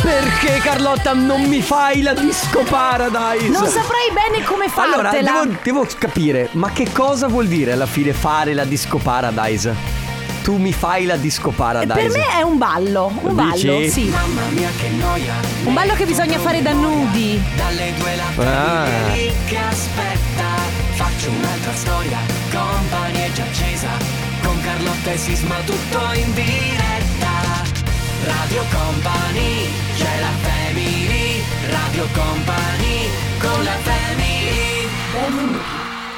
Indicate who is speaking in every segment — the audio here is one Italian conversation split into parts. Speaker 1: Perché Carlotta non mi fai la disco paradise?
Speaker 2: Non saprei bene come fartela.
Speaker 1: Allora, devo, devo capire, ma che cosa vuol dire alla fine fare la disco paradise? Tu mi fai la disco paradise.
Speaker 2: Per me è un ballo, un
Speaker 1: Dici?
Speaker 2: ballo, sì.
Speaker 3: Mamma mia che noia,
Speaker 2: Un ballo che bisogna fare da nudi.
Speaker 3: dalle due la
Speaker 1: Ah.
Speaker 3: famiglia è lì che aspetta. Faccio un'altra storia, company è già accesa. Con Carlotta e Sisma tutto in diretta. Radio Company, c'è la family. Radio Company, con la family.
Speaker 4: Benvenuti.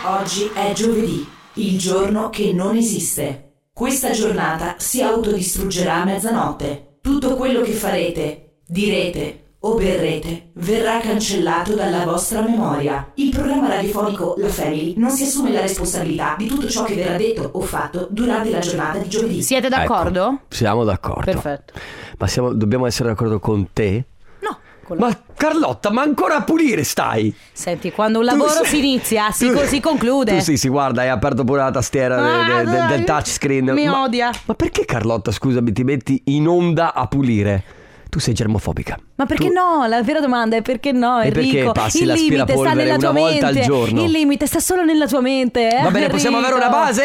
Speaker 4: Oggi è giovedì, il giorno che non esiste. Questa giornata si autodistruggerà a mezzanotte. Tutto quello che farete, direte o berrete verrà cancellato dalla vostra memoria. Il programma radiofonico La Family non si assume la responsabilità di tutto ciò che verrà detto o fatto durante la giornata di giovedì.
Speaker 2: Siete d'accordo?
Speaker 1: Ecco, siamo d'accordo.
Speaker 2: Perfetto.
Speaker 1: Ma siamo- dobbiamo essere d'accordo con te?
Speaker 2: No. con la-
Speaker 1: Ma Carlotta, ma ancora a pulire stai?
Speaker 2: Senti, quando un
Speaker 1: Tu
Speaker 2: lavoro
Speaker 1: sei-
Speaker 2: si inizia, si,
Speaker 1: tu-
Speaker 2: si conclude.
Speaker 1: Tu sì, sì, guarda, hai aperto pure la tastiera de- de- de-
Speaker 2: Ah,
Speaker 1: del touchscreen.
Speaker 2: Mi
Speaker 1: ma,
Speaker 2: odia.
Speaker 1: ma perché Carlotta, scusami, ti metti in onda a pulire? Tu sei germofobica.
Speaker 2: Ma perché
Speaker 1: Tu-
Speaker 2: no? La vera domanda è perché no,
Speaker 1: E perché
Speaker 2: Enrico?
Speaker 1: passi
Speaker 2: il limite sta
Speaker 1: l'aspirapolvere
Speaker 2: nella tua
Speaker 1: una volta al
Speaker 2: mente.
Speaker 1: giorno?
Speaker 2: Il limite sta solo nella tua mente. eh,
Speaker 1: Va bene, possiamo avere
Speaker 2: Enrico?
Speaker 1: una base?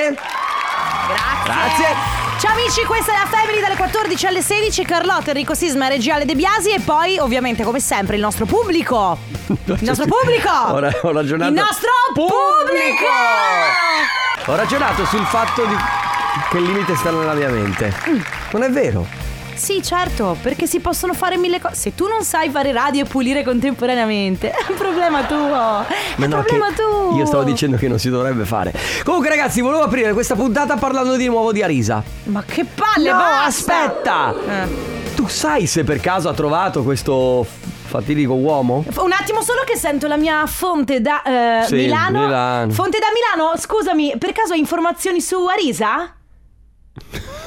Speaker 2: Grazie.
Speaker 1: Grazie.
Speaker 2: Ciao amici, questa è la Family dalle 14 alle 16. Carlotta, Enrico Sisma, Regiale De Biasi e poi, ovviamente, come sempre, il nostro pubblico. Il nostro pubblico.
Speaker 1: Ora- ho ragionato-
Speaker 2: Il nostro
Speaker 1: Pubblico.
Speaker 2: pubblico.
Speaker 1: Ho ragionato sul fatto di che il limite sta nella mia mente.
Speaker 2: Mm.
Speaker 1: Non è vero.
Speaker 2: Sì, certo, perché si possono fare mille cose. Se tu non sai fare radio e pulire contemporaneamente, è un problema tuo. È
Speaker 1: Ma
Speaker 2: un
Speaker 1: no, che
Speaker 2: problema tuo.
Speaker 1: Io stavo dicendo che non si dovrebbe fare. Comunque, ragazzi, volevo aprire questa puntata parlando di nuovo di Arisa.
Speaker 2: Ma che palle,
Speaker 1: no,
Speaker 2: basta.
Speaker 1: aspetta!
Speaker 2: Eh.
Speaker 1: Tu sai se per caso ha trovato questo fatidico uomo?
Speaker 2: F- Un attimo solo che sento la mia fonte da eh,
Speaker 1: Sì,
Speaker 2: Milano.
Speaker 1: Milano.
Speaker 2: Fonte da Milano, scusami, per caso hai informazioni su Arisa?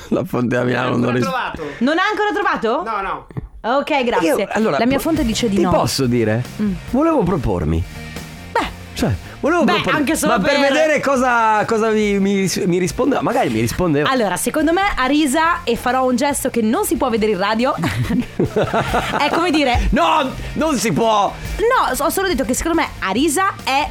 Speaker 1: La fonte a Milano non risponde.
Speaker 2: Non ha ancora trovato?
Speaker 5: No, Ah, no.
Speaker 2: Ok, grazie.
Speaker 1: Io- allora,
Speaker 2: la mia
Speaker 1: po-
Speaker 2: fonte dice di
Speaker 1: ti
Speaker 2: no. Mm.
Speaker 1: posso dire? Volevo propormi.
Speaker 2: Beh.
Speaker 1: Cioè, volevo
Speaker 2: Beh,
Speaker 1: propormi.
Speaker 2: anche solo
Speaker 1: Ma per,
Speaker 2: per-
Speaker 1: vedere cosa, cosa mi, mi, mi rispondeva. Magari mi rispondeva.
Speaker 2: Allora, secondo me Arisa, e farò un gesto che non si può vedere in radio, è come dire,
Speaker 1: No, non si può.
Speaker 2: no, ho solo detto che secondo me Arisa è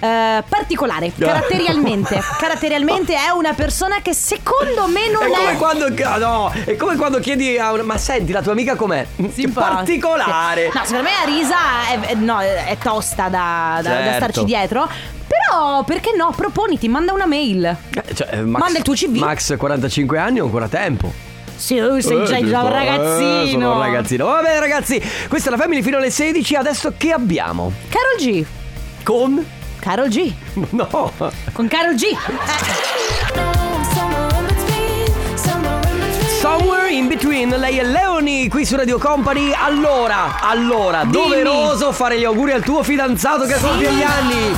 Speaker 2: eh, particolare, caratterialmente. caratterialmente è una persona che secondo me non
Speaker 1: È come
Speaker 2: è...
Speaker 1: quando. ah, No, è come quando chiedi a una. Ma senti, la tua amica com'è? Mm, Che
Speaker 2: Simpatica.
Speaker 1: particolare.
Speaker 2: No, secondo me Arisa è, è- no, è tosta da, da- da
Speaker 1: Certo.
Speaker 2: starci dietro. Però, perché no? Proponiti, manda una mail.
Speaker 1: Eh, Cioè, eh, Max,
Speaker 2: Manda il tuo CV.
Speaker 1: Max 45 anni, ho ancora tempo.
Speaker 2: Sì, sei già
Speaker 1: Eh,
Speaker 2: già un ragazzino.
Speaker 1: eh, sono un ragazzino. Va bene, ragazzi. Questa è la family fino alle 16. Adesso che abbiamo?
Speaker 2: Carol G.
Speaker 1: Con?
Speaker 2: Carol G.
Speaker 1: No.
Speaker 2: Con Carol G.
Speaker 1: Somewhere in between lei e Leoni qui su Radio Company. Allora, allora, doveroso fare gli auguri al tuo fidanzato che compie gli
Speaker 2: Eh,
Speaker 1: anni.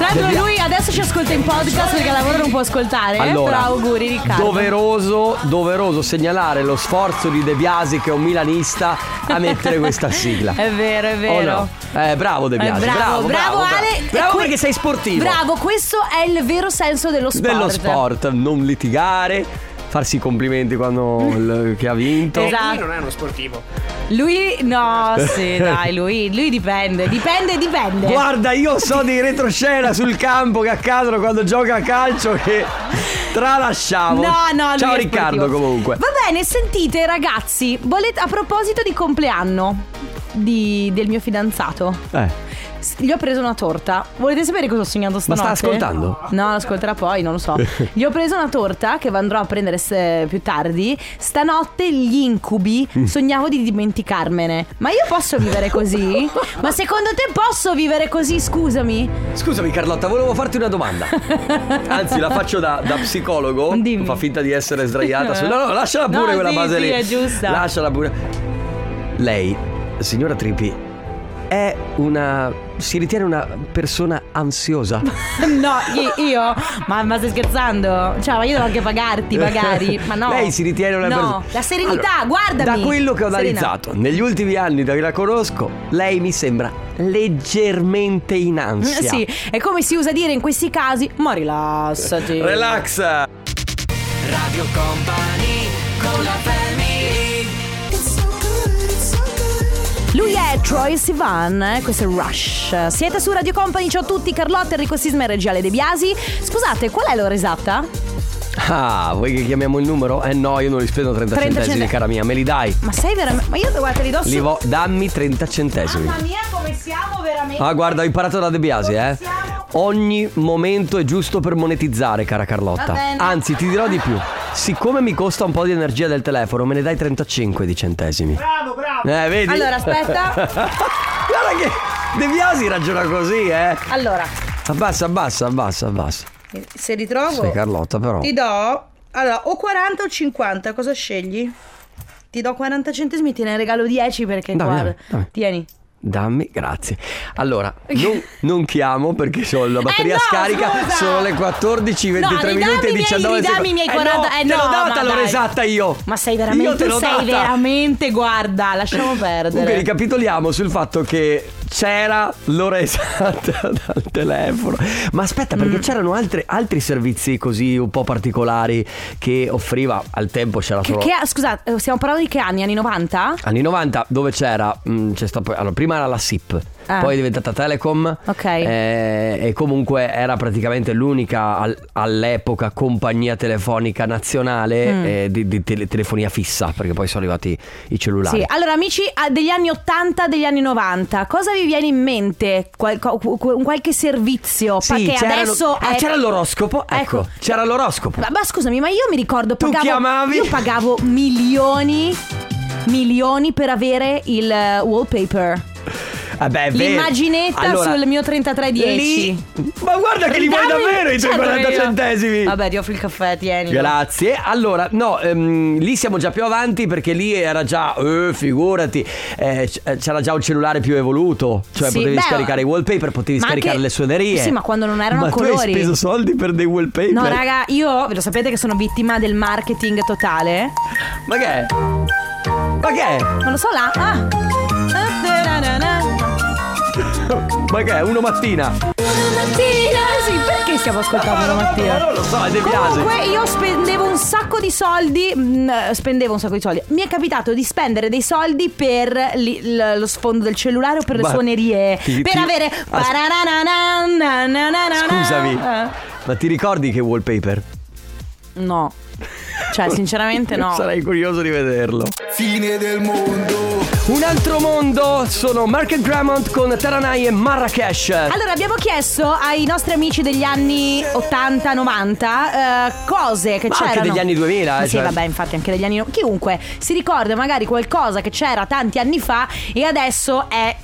Speaker 2: Tra l'altro lui adesso ci ascolta in podcast perché al lavoro non può ascoltare. eh,
Speaker 1: Allora,
Speaker 2: però auguri Riccardo.
Speaker 1: doveroso, doveroso segnalare lo sforzo di De Biasi che è un milanista a mettere questa sigla.
Speaker 2: È vero, è
Speaker 1: Oh
Speaker 2: vero.
Speaker 1: no. Eh, bravo De
Speaker 2: Eh,
Speaker 1: Biasi,
Speaker 2: bravo, bravo,
Speaker 1: bravo,
Speaker 2: Ale. E
Speaker 1: Bravo
Speaker 2: qui-
Speaker 1: perché sei sportivo.
Speaker 2: Bravo, questo è il vero senso dello sport.
Speaker 1: Dello sport, non litigare, farsi i complimenti quando il- che ha vinto.
Speaker 2: Esatto.
Speaker 5: Lui non è uno sportivo.
Speaker 2: Lui no, sì, dai, lui, lui dipende, dipende, dipende.
Speaker 1: Guarda, io so di retroscena sul campo che accadono quando gioca a calcio che tralasciamo.
Speaker 2: No, no, lui
Speaker 1: Ciao
Speaker 2: è
Speaker 1: Riccardo
Speaker 2: sportivo.
Speaker 1: comunque.
Speaker 2: Va bene, sentite ragazzi, volete- a proposito di compleanno di- del mio fidanzato.
Speaker 1: Eh,
Speaker 2: S- Gli ho preso una torta. Volete sapere cosa ho sognato
Speaker 1: ma
Speaker 2: stanotte?
Speaker 1: sta ascoltando?
Speaker 2: No, l'ascolterà poi, non lo so. Gli ho preso una torta che andrò a prendere se- più tardi. Stanotte gli incubi
Speaker 1: Mm.
Speaker 2: sognavo di dimenticarmene. Ma io posso vivere così? Ma secondo te posso vivere così? Scusami.
Speaker 1: Scusami Carlotta, volevo farti una domanda. Anzi, la faccio da, da psicologo.
Speaker 2: Dimmi.
Speaker 1: Fa finta di essere sdraiata. su- No, no, lasciala
Speaker 2: No,
Speaker 1: pure quella
Speaker 2: sì,
Speaker 1: base
Speaker 2: sì,
Speaker 1: lì.
Speaker 2: è giusta.
Speaker 1: Lasciala pure. Lei, signora Trippi, è una. si ritiene una persona ansiosa?
Speaker 2: No, i- io? Ma, ma stai scherzando? Cioè, ma io devo anche pagarti, magari. Ma no.
Speaker 1: Lei si ritiene una persona.
Speaker 2: No, la serenità, guardami.
Speaker 1: Da quello che ho
Speaker 2: Serena.
Speaker 1: analizzato negli ultimi anni da che la conosco, lei mi sembra leggermente in ansia.
Speaker 2: Mm, Sì, è come si usa dire in questi casi, ma rilassati.
Speaker 1: Relax.
Speaker 3: Radio Company, con la family
Speaker 2: Lui è Troy Sivan, eh, questo è Rush. Siete su Radio Company, ciao a tutti, Carlotta, Enrico Sisma e Regiale De Biasi. Scusate, qual è l'ora esatta?
Speaker 1: Ah, vuoi che chiamiamo il numero? Eh no, io non li spendo 30,
Speaker 2: 30
Speaker 1: centesimi,
Speaker 2: centesimi.
Speaker 1: cara mia, me li dai.
Speaker 2: Ma sei veramente... Ma io guarda, li do
Speaker 1: Li
Speaker 2: su...
Speaker 1: vo- dammi 30 centesimi.
Speaker 2: Mamma mia, come siamo veramente...
Speaker 1: Ah, guarda, ho imparato da De Biasi, eh.
Speaker 2: Siamo-
Speaker 1: Ogni momento è giusto per monetizzare, cara
Speaker 2: Va
Speaker 1: Carlotta.
Speaker 2: bene.
Speaker 1: Anzi, ti dirò di più. Siccome mi costa un po' di energia del telefono, me ne dai 35 di centesimi. Bravo, bravo. Eh, vedi?
Speaker 2: Allora, aspetta.
Speaker 1: Guarda che De Biasi ragiona così, eh.
Speaker 2: Allora,
Speaker 1: Abbassa, abbassa, abbassa, abbassa.
Speaker 5: Se ritrovo,
Speaker 1: Sei Carlotta, però.
Speaker 5: ti do. Allora, o 40 o 50, cosa scegli?
Speaker 2: ti do 40 centesimi, te ne regalo 10 perché
Speaker 1: Dai,
Speaker 2: guarda...
Speaker 1: dai, dai.
Speaker 2: Tieni.
Speaker 1: Dammi, grazie. Allora, non, non chiamo perché ho la batteria
Speaker 2: Eh no,
Speaker 1: scarica.
Speaker 2: scusa!
Speaker 1: Sono le 14, 23
Speaker 2: ridammi
Speaker 1: minuti
Speaker 2: i
Speaker 1: e
Speaker 2: miei-
Speaker 1: 19
Speaker 2: ridammi i miei
Speaker 1: secondi.
Speaker 2: 40
Speaker 1: Eh
Speaker 2: eh
Speaker 1: no,
Speaker 2: no,
Speaker 1: te l'ho data
Speaker 2: ma
Speaker 1: l'ora
Speaker 2: dai.
Speaker 1: esatta io.
Speaker 2: Ma sei veramente...
Speaker 1: Io te
Speaker 2: tu
Speaker 1: l'ho
Speaker 2: sei
Speaker 1: data.
Speaker 2: veramente... Guarda, lasciamo perdere.
Speaker 1: Comunque ricapitoliamo sul fatto che c'era l'ora esatta dal telefono. Ma aspetta, perché
Speaker 2: Mm.
Speaker 1: c'erano altre- altri servizi così un po' particolari che offriva al tempo c'era
Speaker 2: Che,
Speaker 1: solo
Speaker 2: che- scusate, eh, stiamo parlando di che anni? Anni 90?
Speaker 1: anni 90 dove c'era mh, c'è sta- allora, prima era la SIP
Speaker 2: Ah.
Speaker 1: poi è diventata Telecom
Speaker 2: Ok.
Speaker 1: eh, e comunque era praticamente l'unica al- all'epoca compagnia telefonica nazionale
Speaker 2: Mm.
Speaker 1: eh, di, di tele- telefonia fissa perché poi sono arrivati i cellulari
Speaker 2: Sì, allora amici ah, degli anni 80, degli anni 90, cosa vi viene in mente? Qual- co- qu- un qualche servizio?
Speaker 1: Sì,
Speaker 2: oh, perché
Speaker 1: c'era
Speaker 2: adesso...
Speaker 1: lo- ah,
Speaker 2: è-
Speaker 1: c'era l'oroscopo. Ecco,
Speaker 2: Ecco.
Speaker 1: c'era l'oroscopo.
Speaker 2: Ma, ma scusami, ma io mi ricordo...
Speaker 1: Tu
Speaker 2: pagavo-
Speaker 1: chiamavi?
Speaker 2: Io pagavo milioni, milioni per avere il eh, wallpaper.
Speaker 1: Eh beh, è vero.
Speaker 2: L'immaginetta
Speaker 1: Allora,
Speaker 2: sul mio 3310.
Speaker 1: lì- Ma guarda che li vuoi
Speaker 2: Dammi-
Speaker 1: davvero i tuoi
Speaker 2: Certo che
Speaker 1: 40
Speaker 2: io-
Speaker 1: centesimi.
Speaker 2: Vabbè, ti offro il caffè, tieni.
Speaker 1: Grazie. Allora, no, ehm, lì siamo già più avanti perché lì era già, eh, figurati, eh, c- eh, c'era già un cellulare più evoluto. Cioè,
Speaker 2: Sì,
Speaker 1: potevi
Speaker 2: beh,
Speaker 1: scaricare i wallpaper, potevi
Speaker 2: ma
Speaker 1: scaricare
Speaker 2: anche-
Speaker 1: le suonerie.
Speaker 2: Sì, ma quando non erano
Speaker 1: Ma tu hai
Speaker 2: colori.
Speaker 1: speso soldi per dei wallpaper?
Speaker 2: No, raga, io lo sapete che sono vittima del marketing totale.
Speaker 1: Ma che è? Ma che è?
Speaker 2: Non lo so là. Ah.
Speaker 1: Ma che è? Uno mattina.
Speaker 2: Sì, perché stiamo ascoltando la
Speaker 1: Ah, Ma
Speaker 2: mattina?
Speaker 1: non lo so, è De Biasi.
Speaker 2: Comunque io spendevo un sacco di soldi, mh, spendevo un sacco di soldi. Mi è capitato di spendere dei soldi per li- l- lo sfondo del cellulare o per le
Speaker 1: Ma-
Speaker 2: suonerie,
Speaker 1: ti-
Speaker 2: per
Speaker 1: ti-
Speaker 2: avere
Speaker 1: As- Scusami, ma ti ricordi che wallpaper?
Speaker 2: Eh, no. Cioè, sinceramente no.
Speaker 1: Sarei curioso di vederlo.
Speaker 6: Fine del mondo.
Speaker 1: Un altro mondo sono Mark and Drummond con Taranai e Marrakesh. Eh,
Speaker 2: Allora, abbiamo chiesto ai nostri amici degli anni 80-90 eh, cose che
Speaker 1: Ma anche
Speaker 2: c'erano.
Speaker 1: degli anni 2000,
Speaker 2: Ma Sì,
Speaker 1: cioè-
Speaker 2: vabbè, infatti, anche degli anni. Chiunque si ricorda magari qualcosa che c'era tanti anni fa e adesso è.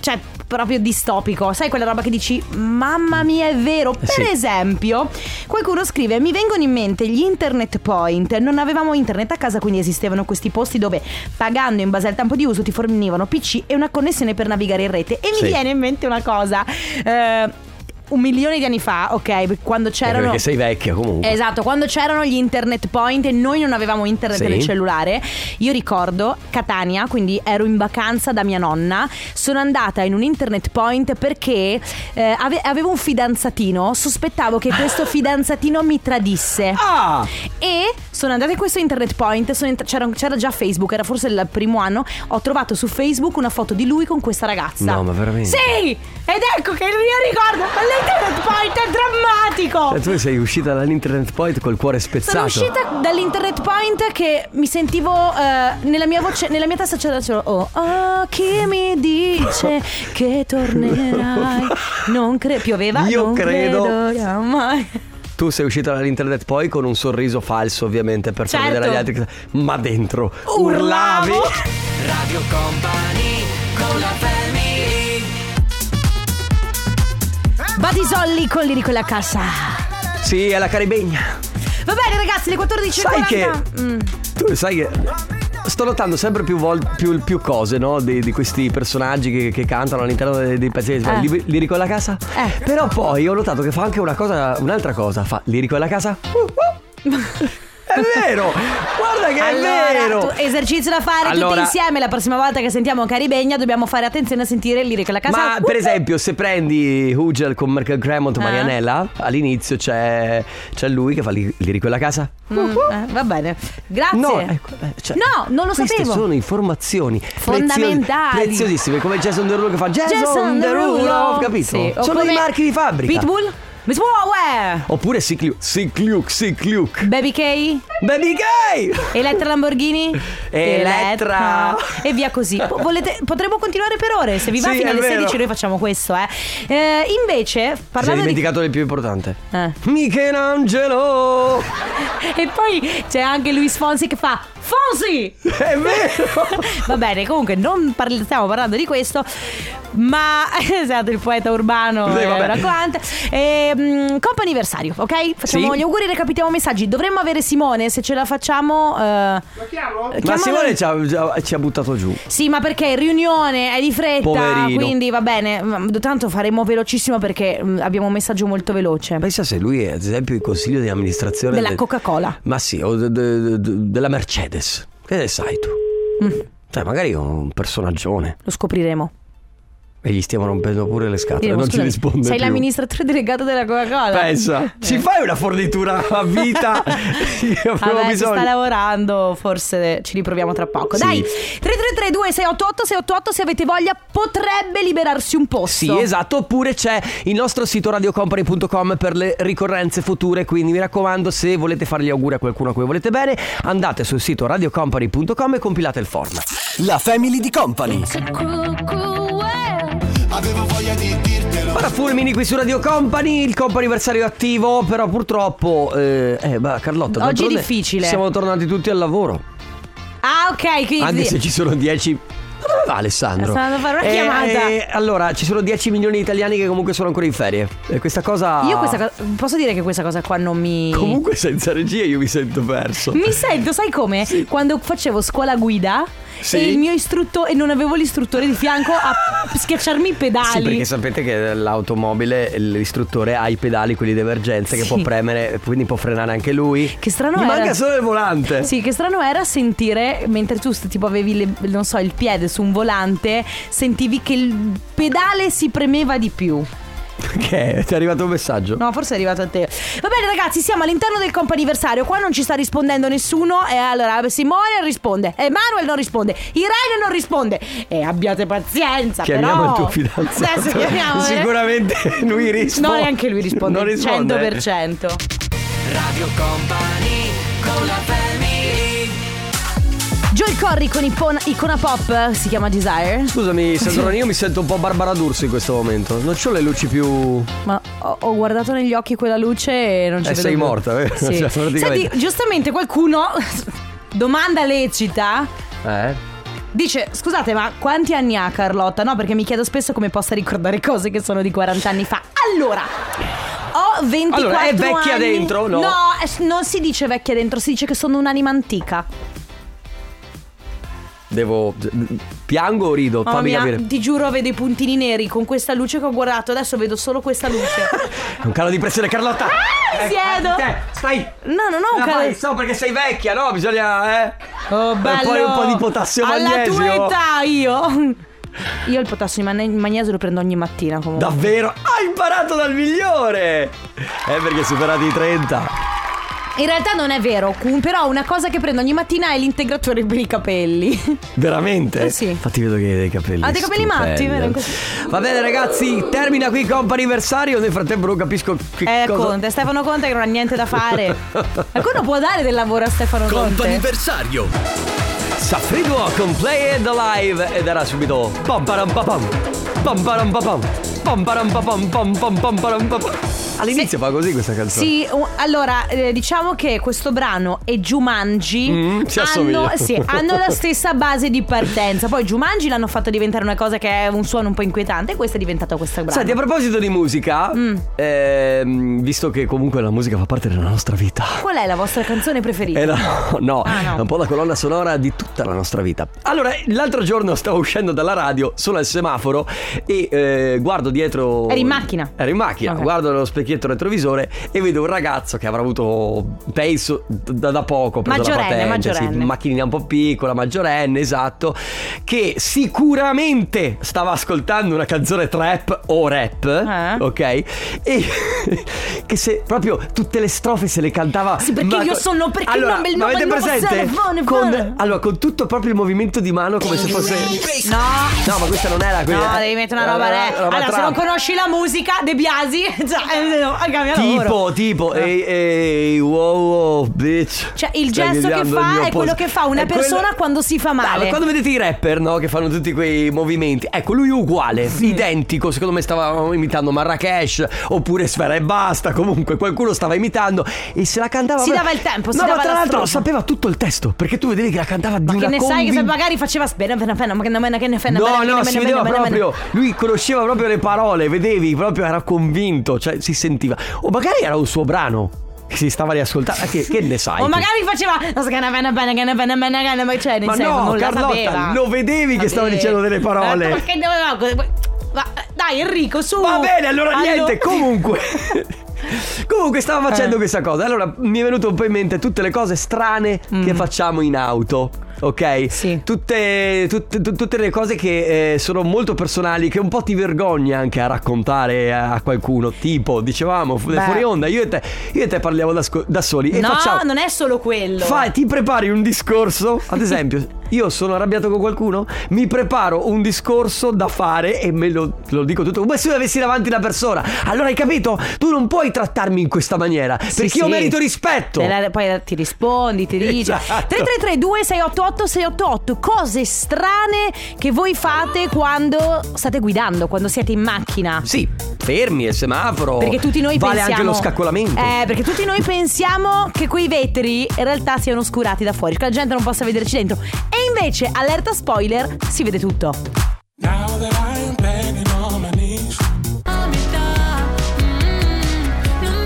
Speaker 2: cioè. Proprio distopico, sai quella roba che dici mamma mia è vero. Per
Speaker 1: Eh sì.
Speaker 2: esempio, qualcuno scrive: Mi vengono in mente gli internet point. Non avevamo internet a casa, quindi esistevano questi posti dove pagando in base al tempo di uso ti fornivano PC e una connessione per navigare in rete. E mi
Speaker 1: Sì.
Speaker 2: viene in mente una cosa. eh, un milione di anni fa, ok, quando c'erano.
Speaker 1: Perché sei vecchia comunque.
Speaker 2: Esatto, quando c'erano gli internet point e noi non avevamo internet
Speaker 1: Sì.
Speaker 2: nel cellulare, io ricordo Catania, quindi ero in vacanza da mia nonna, sono andata in un internet point perché eh, ave- avevo un fidanzatino, sospettavo che questo fidanzatino mi tradisse.
Speaker 1: Ah!
Speaker 2: E sono andata in questo internet point, sono entra- c'era, c'era già Facebook, era forse il primo anno, ho trovato su Facebook una foto di lui con questa ragazza.
Speaker 1: No, ma veramente?
Speaker 2: Sì! Ed ecco che il mio ricordo con l'internet point è
Speaker 1: Cioè,
Speaker 2: drammatico!
Speaker 1: tu sei uscita dall'internet point col cuore
Speaker 2: Sono
Speaker 1: spezzato.
Speaker 2: uscita dall'internet point che mi sentivo eh, nella mia voce, nella mia testa c'era solo oh, oh, chi mi dice che tornerai? Non credo pioveva,
Speaker 1: Io
Speaker 2: non
Speaker 1: credo-
Speaker 2: credo mai.
Speaker 1: Tu sei uscita dall'internet poi con un sorriso falso, ovviamente, per far
Speaker 2: Certo.
Speaker 1: vedere agli altri. che- Ma dentro
Speaker 2: Urlavo.
Speaker 1: urlavi.
Speaker 3: Radio Company con la family
Speaker 2: Badisolli con lirico e la casa.
Speaker 1: Sì, è la Caribegna.
Speaker 2: Va bene ragazzi, le 14:40.
Speaker 1: Sai che.
Speaker 2: Mm.
Speaker 1: Tu sai che. Sto notando sempre più, vol- più, più cose, no? Di, di questi personaggi che, che cantano all'interno dei, dei pezzi.
Speaker 2: Eh.
Speaker 1: Li, Lirico alla casa?
Speaker 2: Eh.
Speaker 1: Però poi ho notato che fa anche una cosa, un'altra cosa. Fa Lirico alla casa? Uh, uh. È vero! Guarda che
Speaker 2: Allora,
Speaker 1: è vero!
Speaker 2: tu- eh, esercizio da fare
Speaker 1: Allora-
Speaker 2: tutti insieme. La prossima volta che sentiamo Caribegna dobbiamo fare attenzione a sentire il lirico la casa.
Speaker 1: Ma per esempio, se prendi Hugel con Michael Cremont
Speaker 2: Ah.
Speaker 1: Marianella, all'inizio c'è, c'è lui che fa li- lirico alla casa.
Speaker 2: Mm, eh, va bene. Grazie.
Speaker 1: No, ecco, eh, cioè,
Speaker 2: No, non lo
Speaker 1: queste
Speaker 2: sapevo.
Speaker 1: sono informazioni
Speaker 2: Fondamentali.
Speaker 1: prezio- preziosissime, come Jason Derulo che fa Jason,
Speaker 2: Jason
Speaker 1: Derulo,
Speaker 2: Derulo.
Speaker 1: capito?
Speaker 2: Sì, o
Speaker 1: sono
Speaker 2: come
Speaker 1: i marchi di fabbrica.
Speaker 2: Pitbull? Miss Huawei.
Speaker 1: Oppure Sicliuk, Sicliuk, Sicliuk.
Speaker 2: Baby K?
Speaker 1: Baby gay!
Speaker 2: Elettra Lamborghini?
Speaker 1: Elettra.
Speaker 2: E via così. Po- volete- potremmo continuare per ore. Se vi va
Speaker 1: Sì,
Speaker 2: fino
Speaker 1: è
Speaker 2: alle
Speaker 1: vero.
Speaker 2: 16 noi facciamo questo. Eh. Eh, invece,
Speaker 1: Si è
Speaker 2: parlando di...
Speaker 1: dimenticato del più importante.
Speaker 2: Eh.
Speaker 1: Michelangelo!
Speaker 2: E poi c'è anche Luis Fonsi che fa Fonsi!
Speaker 1: È vero!
Speaker 2: Va bene, comunque non parli- stiamo parlando di questo, ma esatto, il poeta urbano
Speaker 1: Sì,
Speaker 2: eh,
Speaker 1: vabbè.
Speaker 2: raccomando. E, mm, compa anniversario, ok? Facciamo
Speaker 1: Sì.
Speaker 2: gli auguri, recapitiamo messaggi. Dovremmo avere Simone, se ce la facciamo. eh,
Speaker 1: Ma
Speaker 2: chiamalo-
Speaker 1: Simone ci ha, ci ha- ci ha buttato giù.
Speaker 2: Sì, ma perché riunione è di fretta,
Speaker 1: Poverino.
Speaker 2: quindi va bene. Ma Tanto faremo velocissimo perché mm, abbiamo un messaggio molto veloce.
Speaker 1: Pensa se lui è ad esempio il consiglio di amministrazione
Speaker 2: Della
Speaker 1: del-
Speaker 2: Coca-Cola.
Speaker 1: Ma sì, o de- de- de- della Mercedes. Che ne sai tu?
Speaker 2: Mm.
Speaker 1: Cioè, magari è un personaggione
Speaker 2: Lo scopriremo.
Speaker 1: e gli stiamo rompendo pure le scatole.
Speaker 2: Diremo,
Speaker 1: Eh, non ci
Speaker 2: "Scusami,
Speaker 1: risponde
Speaker 2: Sei
Speaker 1: più.
Speaker 2: l'amministratore delegato della Coca-Cola.
Speaker 1: Pensa, ci fai una fornitura a vita? Io avevo
Speaker 2: Vabbè, si
Speaker 1: bisogno.
Speaker 2: sta lavorando, forse ci riproviamo tra poco.
Speaker 1: Sì.
Speaker 2: Dai, 3332 688 688 se avete voglia potrebbe liberarsi un posto.
Speaker 1: Sì, esatto. Oppure c'è il nostro sito radiocompany.com per le ricorrenze future. Quindi mi raccomando, se volete fare gli auguri a qualcuno a cui volete bene, andate sul sito radiocompany.com e compilate il form.
Speaker 7: La family di company.
Speaker 6: Avevo voglia di dirtelo
Speaker 1: Ora fulmini qui su Radio Company, il compo anniversario attivo, però purtroppo... Eh, eh, bah, Carlotta,
Speaker 2: Oggi è
Speaker 1: d'altronde
Speaker 2: difficile.
Speaker 1: Siamo tornati tutti al lavoro,
Speaker 2: Ah, ok, quindi
Speaker 1: anche se ci sono 10... Ma dove va Alessandro? Eh,
Speaker 2: Sta andando a fare una chiamata.
Speaker 1: allora, ci sono 10 milioni di italiani che comunque sono ancora in ferie. E questa cosa...
Speaker 2: io questa cosa posso dire che questa cosa qua non mi
Speaker 1: Ah. Comunque senza regia io mi sento perso.
Speaker 2: Mi sento, sai come? Quando facevo scuola guida
Speaker 1: Sì.
Speaker 2: e il mio istruttore e non avevo l'istruttore di fianco a schiacciarmi i pedali.
Speaker 1: Sì, perché sapete che l'automobile, l'istruttore ha i pedali, quelli d'emergenza, che
Speaker 2: Sì.
Speaker 1: può premere, quindi può frenare anche lui.
Speaker 2: Che strano
Speaker 1: Mi
Speaker 2: era.
Speaker 1: manca solo il volante.
Speaker 2: Sì, che strano era sentire mentre tu st- tipo avevi le- non so, il piede su un volante, sentivi che il pedale si premeva di più.
Speaker 1: Perché? Ti è arrivato un messaggio?
Speaker 2: No, forse è arrivato a te. Va bene, ragazzi, siamo all'interno del comp'anniversario. Qua non ci sta rispondendo nessuno. E allora Simone non risponde, Emanuel non risponde, Irene non risponde. E abbiate pazienza,
Speaker 1: Chiamiamo
Speaker 2: però.
Speaker 1: il tuo fidanzato.
Speaker 2: Adesso chiamiamo. eh.
Speaker 1: Sicuramente lui risponde.
Speaker 2: No, neanche lui risponde.
Speaker 1: Non risponde. eh.
Speaker 2: 100%.
Speaker 3: Radio Company con la family
Speaker 2: Joel Corry con ipona- icona pop eh, si chiama Desire.
Speaker 1: Scusami, Sandrone, io mi sento un po' Barbara D'Urso in questo momento. Non ho le luci più.
Speaker 2: Ma ho, ho guardato negli occhi quella luce e non
Speaker 1: Eh,
Speaker 2: ci vedo
Speaker 1: sei
Speaker 2: più.
Speaker 1: morta, vero?
Speaker 2: Sì.
Speaker 1: Cioè, praticamente-
Speaker 2: Senti, giustamente qualcuno domanda lecita
Speaker 1: Eh?
Speaker 2: dice "Scusate, ma quanti anni ha Carlotta?" No, perché mi chiedo spesso come possa ricordare cose che sono di 40 anni fa. Allora, ho 24
Speaker 1: Allora, è vecchia
Speaker 2: anni.
Speaker 1: dentro? No.
Speaker 2: eh, non si dice vecchia dentro, si dice che sono un'anima antica.
Speaker 1: Devo. Piango o rido?
Speaker 2: Mamma
Speaker 1: Fammi
Speaker 2: Oh, mia,
Speaker 1: capire.
Speaker 2: ti giuro, vedo i puntini neri con questa luce che ho guardato, adesso vedo solo questa luce.
Speaker 1: È Un calo di pressione, Carlotta!
Speaker 2: Ah, mi siedo. Oh,
Speaker 1: eh, stai!
Speaker 2: No, non ho un
Speaker 1: No,
Speaker 2: calo-
Speaker 1: poi, so perché sei vecchia, no? Bisogna, eh?
Speaker 2: Oh, bello.
Speaker 1: E poi un po' di potassio
Speaker 2: Alla
Speaker 1: magnesio.
Speaker 2: tua età io. Io il potassio di magne- magnesio lo prendo ogni mattina comunque.
Speaker 1: Davvero? Hai imparato dal migliore! Eh, perché superati i 30.
Speaker 2: In realtà non è vero, cu- però una cosa che prendo ogni mattina è l'integratore per i capelli.
Speaker 1: Veramente?
Speaker 2: Eh sì.
Speaker 1: Infatti vedo che hai dei capelli.
Speaker 2: Ha dei capelli
Speaker 1: stupendi.
Speaker 2: matti, vero? Così.
Speaker 1: Va bene, ragazzi, termina qui Compa anniversario. Nel frattempo non capisco che
Speaker 2: Eh,
Speaker 1: cosa.
Speaker 2: Conte, Stefano Conte che non ha niente da fare. Qualcuno può dare del lavoro a Stefano Conte?
Speaker 7: Comp'anniversario.
Speaker 1: Safrigo con Play It Alive ed era subito pam param pa pam pam param pa pam pam param pa pam pam pam pam param pa pam. All'inizio fa così questa canzone.
Speaker 2: Sì, u- allora eh, diciamo che questo brano e Jumanji
Speaker 1: Mm, si
Speaker 2: hanno,
Speaker 1: assomiglia.
Speaker 2: sì, hanno la stessa base di partenza. Poi Jumanji l'hanno fatto diventare una cosa che è un suono un po' inquietante e questa è diventata questa brano.
Speaker 1: Senti, a proposito di musica,
Speaker 2: Mm.
Speaker 1: ehm, visto che comunque la musica fa parte della nostra vita.
Speaker 2: Qual è la vostra canzone preferita?
Speaker 1: Eh no, no,
Speaker 2: Ah, no.
Speaker 1: è un po' la colonna sonora di tutta la nostra vita. Allora, l'altro giorno stavo uscendo dalla radio, sono al semaforo e eh, guardo dietro...
Speaker 2: Eri in macchina?
Speaker 1: Ero in macchina,
Speaker 2: Ok.
Speaker 1: guardo nello specchio dietro il retrovisore e vedo un ragazzo che avrà avuto, penso, da, da poco, ha preso
Speaker 2: Maggiorenne,
Speaker 1: la patente, sì,
Speaker 2: maggiorenne.
Speaker 1: macchinina un po' piccola, maggiorenne, esatto, che sicuramente stava ascoltando una canzone trap o rap,
Speaker 2: Eh.
Speaker 1: ok? E che se proprio tutte le strofe se le cantava...
Speaker 2: Sì, perché
Speaker 1: ma-
Speaker 2: io sono- perché il
Speaker 1: allora,
Speaker 2: nome- il
Speaker 1: ma
Speaker 2: nome
Speaker 1: avete
Speaker 2: non posso
Speaker 1: presente?
Speaker 2: telefono,
Speaker 1: Con,
Speaker 2: fare.
Speaker 1: allora, con tutto proprio il movimento di mano come se fosse...
Speaker 2: No.
Speaker 1: No, ma questa non era quella.
Speaker 2: No, devi mettere una roba re.
Speaker 1: Era una eh. roba
Speaker 2: Allora, se
Speaker 1: trap.
Speaker 2: non conosci la musica, De Biasi, cioè, eh, no, cambia lavoro.
Speaker 1: Tipo,
Speaker 2: Ah.
Speaker 1: tipo, ehi, ehi, wow, wow, bitch.
Speaker 2: Cioè, il
Speaker 1: Stai
Speaker 2: gesto che
Speaker 1: gridando
Speaker 2: fa
Speaker 1: il mio
Speaker 2: è quello
Speaker 1: posto.
Speaker 2: che fa una
Speaker 1: È quello-
Speaker 2: persona quando si fa male.
Speaker 1: Ah, ma quando vedete i rapper, no? Che fanno tutti quei movimenti. Ecco, lui è uguale, identico. Secondo me stava imitando Marrakesh oppure Sfera e basta. Comunque, qualcuno stava imitando e se la cantava.
Speaker 2: Si dava il tempo, si
Speaker 1: No,
Speaker 2: dava
Speaker 1: ma tra
Speaker 2: la
Speaker 1: l'altro
Speaker 2: strofa.
Speaker 1: sapeva tutto il testo. Perché tu vedevi che la cantava di
Speaker 2: che
Speaker 1: una
Speaker 2: ne sai che se
Speaker 1: convin-
Speaker 2: magari faceva spena, fena, fena, ma che ne che ne fena,
Speaker 1: No,
Speaker 2: bene,
Speaker 1: no,
Speaker 2: bene,
Speaker 1: si
Speaker 2: bene,
Speaker 1: vedeva
Speaker 2: bene, bene, bene.
Speaker 1: proprio. Lui conosceva proprio le parole, vedevi, proprio era convinto, cioè si sentiva. O magari era un suo brano che si stava riascoltando. Ah, Che, che ne sai?
Speaker 2: O
Speaker 1: tu?
Speaker 2: magari faceva "No, che ne fena, bene, che ne fena, bene, che ne-" ma cioè, nel
Speaker 1: Ma
Speaker 2: senso,
Speaker 1: no,
Speaker 2: non la
Speaker 1: Carlotta,
Speaker 2: sapeva.
Speaker 1: lo vedevi che stava
Speaker 2: Vabbè.
Speaker 1: dicendo delle parole.
Speaker 2: Ma perché doveva ma, dai Enrico, su.
Speaker 1: Va bene, allora niente, comunque. Comunque stavo
Speaker 2: Eh.
Speaker 1: facendo questa cosa. Allora mi è venuto un po' in mente tutte le cose strane che facciamo in auto. Ok?
Speaker 2: Mm. Sì.
Speaker 1: Tutte, tutte, tut- tutte le cose che eh, sono molto personali, che un po' ti vergogna anche a raccontare a, a qualcuno. Tipo, dicevamo, fu-
Speaker 2: Beh.
Speaker 1: fuori onda, io e te, io e te parliamo da, sco- da soli. e
Speaker 2: No,
Speaker 1: facciamo.
Speaker 2: non è solo quello.
Speaker 1: Fai, ti prepari un discorso, ad esempio, io sono arrabbiato con qualcuno, mi preparo un discorso da fare e me lo, lo dico tutto come se io avessi davanti la persona. Allora hai capito? Tu non puoi trattarmi in questa maniera perché io
Speaker 2: sì.
Speaker 1: merito rispetto.
Speaker 2: Te la- poi ti rispondi, ti dice
Speaker 1: Esatto.
Speaker 2: 3332 688 688 Cose strane che voi fate quando state guidando, quando siete in macchina
Speaker 1: Sì, fermi il semaforo.
Speaker 2: Perché tutti noi
Speaker 1: vale
Speaker 2: pensiamo
Speaker 1: anche lo scaccolamento.
Speaker 2: Eh, perché tutti noi pensiamo che quei vetri in realtà siano oscurati da fuori, che la gente non possa vederci dentro. E invece, allerta spoiler, si vede tutto.
Speaker 6: Now that I am banging on my knees.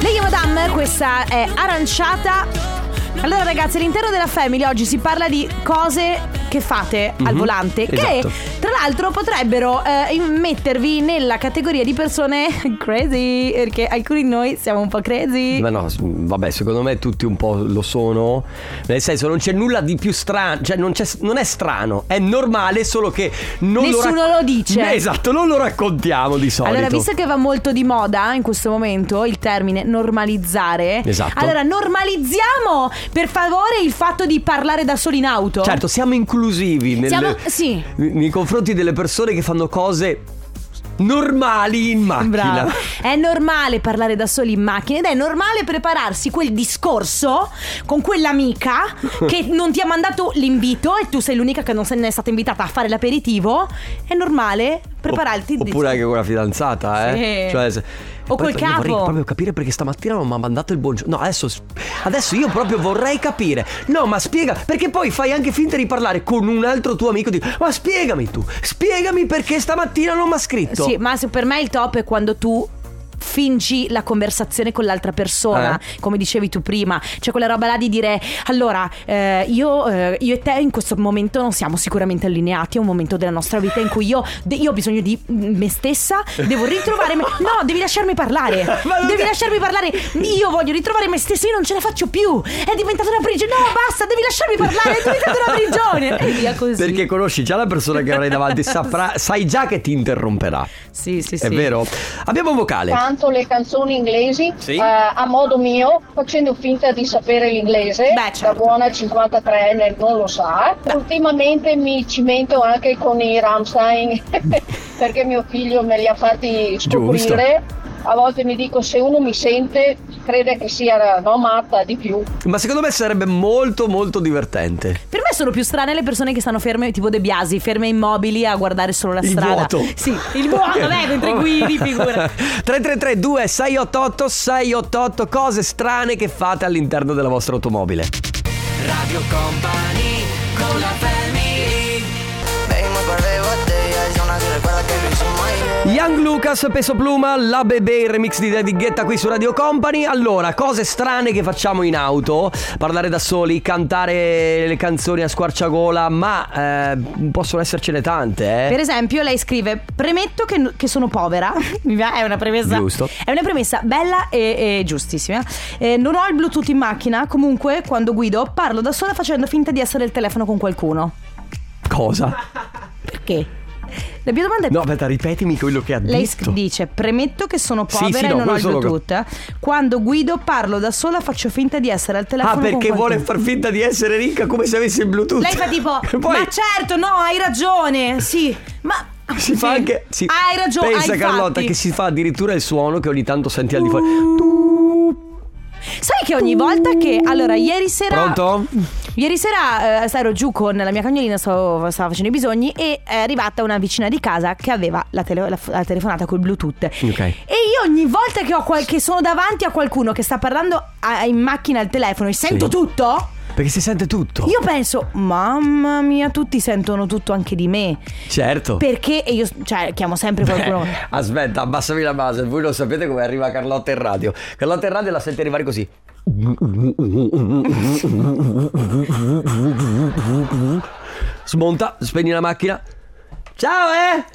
Speaker 2: Lei è Madame, questa è aranciata. Allora ragazzi, all'interno della Family oggi si parla di cose che fate al
Speaker 1: Mhm,
Speaker 2: volante
Speaker 1: esatto.
Speaker 2: che tra l'altro potrebbero eh, in- mettervi nella categoria di persone crazy, perché alcuni di noi siamo un po' crazy.
Speaker 1: Ma no, s- vabbè, secondo me tutti un po' lo sono. Nel senso, non c'è nulla di più strano. Cioè, non, c'è- non è strano, è normale, solo che non lo
Speaker 2: Nessuno
Speaker 1: rac-
Speaker 2: lo dice.
Speaker 1: Esatto, non lo raccontiamo di solito.
Speaker 2: Allora, visto che va molto di moda in questo momento il termine normalizzare,
Speaker 1: Esatto.
Speaker 2: allora normalizziamo per favore il fatto di parlare da soli in auto.
Speaker 1: Certo, siamo inclusivi nel-
Speaker 2: Siamo- sì.
Speaker 1: nei nei confronti delle persone che fanno cose normali in macchina.
Speaker 2: Bravo. È normale parlare da soli in macchina ed è normale prepararsi quel discorso con quell'amica che non ti ha mandato l'invito e tu sei l'unica che non se ne è stata invitata a fare l'aperitivo. È normale prepararti il
Speaker 1: Opp- Oppure anche con la fidanzata, eh?
Speaker 2: Sì.
Speaker 1: Cioè, se-
Speaker 2: O col
Speaker 1: Guarda, io
Speaker 2: capo.
Speaker 1: Vorrei proprio capire perché stamattina non mi ha mandato il buongiorno. No, adesso, adesso io proprio vorrei capire. No, ma spiega. Perché poi fai anche finta di parlare con un altro tuo amico. Di, ma spiegami tu. Spiegami perché stamattina non mi ha scritto.
Speaker 2: Sì, ma se- per me il top è quando tu fingi la conversazione con l'altra persona,
Speaker 1: Eh?
Speaker 2: come dicevi tu prima, cioè quella roba là di dire allora eh, io, eh, io e te in questo momento non siamo sicuramente allineati, è un momento della nostra vita in cui io, de- io ho bisogno di me stessa, devo ritrovare me- No, devi lasciarmi parlare,
Speaker 1: Ma non
Speaker 2: devi
Speaker 1: è-
Speaker 2: lasciarmi parlare, io voglio ritrovare me stessa, io non ce la faccio più, è diventata una prigione, no basta, devi lasciarmi parlare, è diventata una prigione e via così.
Speaker 1: Perché conosci già la persona che avrai davanti, saprà, sai già che ti interromperà.
Speaker 2: Sì, sì, sì.
Speaker 1: È vero? Abbiamo un vocale.
Speaker 8: canto le canzoni inglesi
Speaker 1: Sì.
Speaker 8: eh, a modo mio, facendo finta di sapere l'inglese.
Speaker 2: Beh, certo.
Speaker 8: La buona 53enne non lo sa. Ultimamente mi cimento anche con i Ramstein perché mio figlio me li ha fatti scoprire. A volte mi dico se uno mi sente crede che sia no, matta di più.
Speaker 1: Ma secondo me sarebbe molto molto divertente.
Speaker 2: Per me sono più strane le persone che stanno ferme, tipo De Biasi, ferme immobili a guardare solo la
Speaker 1: Il
Speaker 2: strada.
Speaker 1: vuoto.
Speaker 2: Sì, il vuoto, vabbè, mentre guidi, figura.
Speaker 1: 333 2688 688 cose strane che fate all'interno della vostra automobile. Radio Company con la
Speaker 9: Pedimos un par de botellas y una
Speaker 1: Young Lucas, Peso Pluma, La Bebè, il remix di David Guetta qui su Radio Company. Allora, cose strane che facciamo in auto, parlare da soli, cantare le canzoni a squarciagola, ma eh, possono essercene tante, eh.
Speaker 2: Per esempio, lei scrive: Premetto che, che sono povera. Mi va- È una premessa.
Speaker 1: Giusto.
Speaker 2: È una premessa bella e, e giustissima. Eh, non ho il Bluetooth in macchina. Comunque, quando guido, parlo da sola facendo finta di essere al telefono con qualcuno.
Speaker 1: Cosa?
Speaker 2: Perché? La mia domanda è:
Speaker 1: No, aspetta, ripetimi quello che ha
Speaker 2: Lei sc-
Speaker 1: detto.
Speaker 2: dice: Premetto che sono
Speaker 1: Sì,
Speaker 2: povera
Speaker 1: sì,
Speaker 2: e
Speaker 1: no,
Speaker 2: non ho il
Speaker 1: quello sono-
Speaker 2: Bluetooth. Quando guido, parlo da sola, faccio finta di essere al telefono.
Speaker 1: Ah, perché
Speaker 2: con
Speaker 1: vuole
Speaker 2: qualcuno.
Speaker 1: far finta di essere ricca come se avesse il Bluetooth.
Speaker 2: Lei fa tipo:
Speaker 1: E poi
Speaker 2: Ma certo, no, hai ragione. Sì, ma.
Speaker 1: si fa
Speaker 2: sì,
Speaker 1: anche. si-
Speaker 2: Hai ragione.
Speaker 1: Pensa,
Speaker 2: hai
Speaker 1: Carlotta,
Speaker 2: fatti." Mm,
Speaker 1: che si fa addirittura il suono che ogni tanto senti al di fuori.
Speaker 2: Sai che ogni volta che. Allora, ieri sera.
Speaker 1: Pronto?
Speaker 2: Ieri sera eh, ero giù con la mia cagnolina, stavo, stavo facendo i bisogni e è arrivata una vicina di casa che aveva la, tele- la- la telefonata col Bluetooth.
Speaker 1: Ok.
Speaker 2: E io ogni volta che, ho qual- che sono davanti a qualcuno che sta parlando a- in macchina al telefono e sento
Speaker 1: Sì.
Speaker 2: tutto,
Speaker 1: Perché si sente tutto.
Speaker 2: io penso, mamma mia, tutti sentono tutto anche di me.
Speaker 1: Certo.
Speaker 2: Perché? E io, cioè, chiamo sempre qualcuno.
Speaker 1: Eh, Aspetta, abbassami la base. Voi lo sapete come arriva Carlotta in radio. Carlotta in radio la sente arrivare così. Smonta, spegni la macchina. Ciao, eh!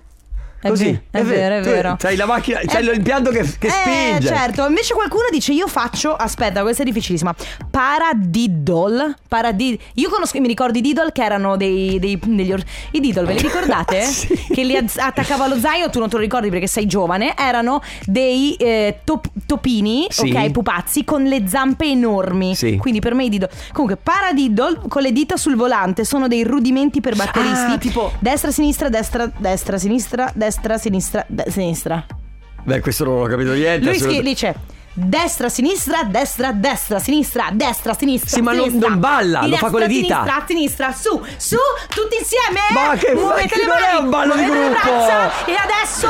Speaker 2: È ve- è vero, è
Speaker 1: Tu
Speaker 2: vero.
Speaker 1: C'hai la macchina, c'hai
Speaker 2: Eh,
Speaker 1: l'impianto che, che
Speaker 2: eh,
Speaker 1: spinge.
Speaker 2: certo, invece qualcuno dice io faccio, aspetta, questa è difficilissima, paradiddle, paradi- io conosco, mi ricordo i diddle che erano dei, dei- degli or- i diddle, ve li ricordate?
Speaker 1: Sì.
Speaker 2: Che li az- attaccava lo zaino, tu non te lo ricordi perché sei giovane, erano dei eh, top- topini,
Speaker 1: Sì.
Speaker 2: ok, pupazzi, con le zampe enormi,
Speaker 1: Sì.
Speaker 2: quindi per me i diddle, comunque paradiddle con le dita sul volante, sono dei rudimenti per batteristi,
Speaker 1: Ah, tipo-
Speaker 2: destra, sinistra, destra, destra, sinistra, destra, sinistra, de- sinistra.
Speaker 1: Beh, questo non ho capito niente.
Speaker 2: Lui
Speaker 1: assolutamente.
Speaker 2: schi- dice destra, sinistra, destra, destra, sinistra, destra, sinistra.
Speaker 1: Sì, ma non-
Speaker 2: sinistra,
Speaker 1: non balla, lo
Speaker 2: Destra,
Speaker 1: fa con le dita.
Speaker 2: Sinistra, sinistra, su, su, tutti insieme.
Speaker 1: Ma che fa-
Speaker 2: Muovete
Speaker 1: che
Speaker 2: le
Speaker 1: non è
Speaker 2: mani,
Speaker 1: un ballo di
Speaker 2: muovete le
Speaker 1: gruppo.
Speaker 2: braccia, e adesso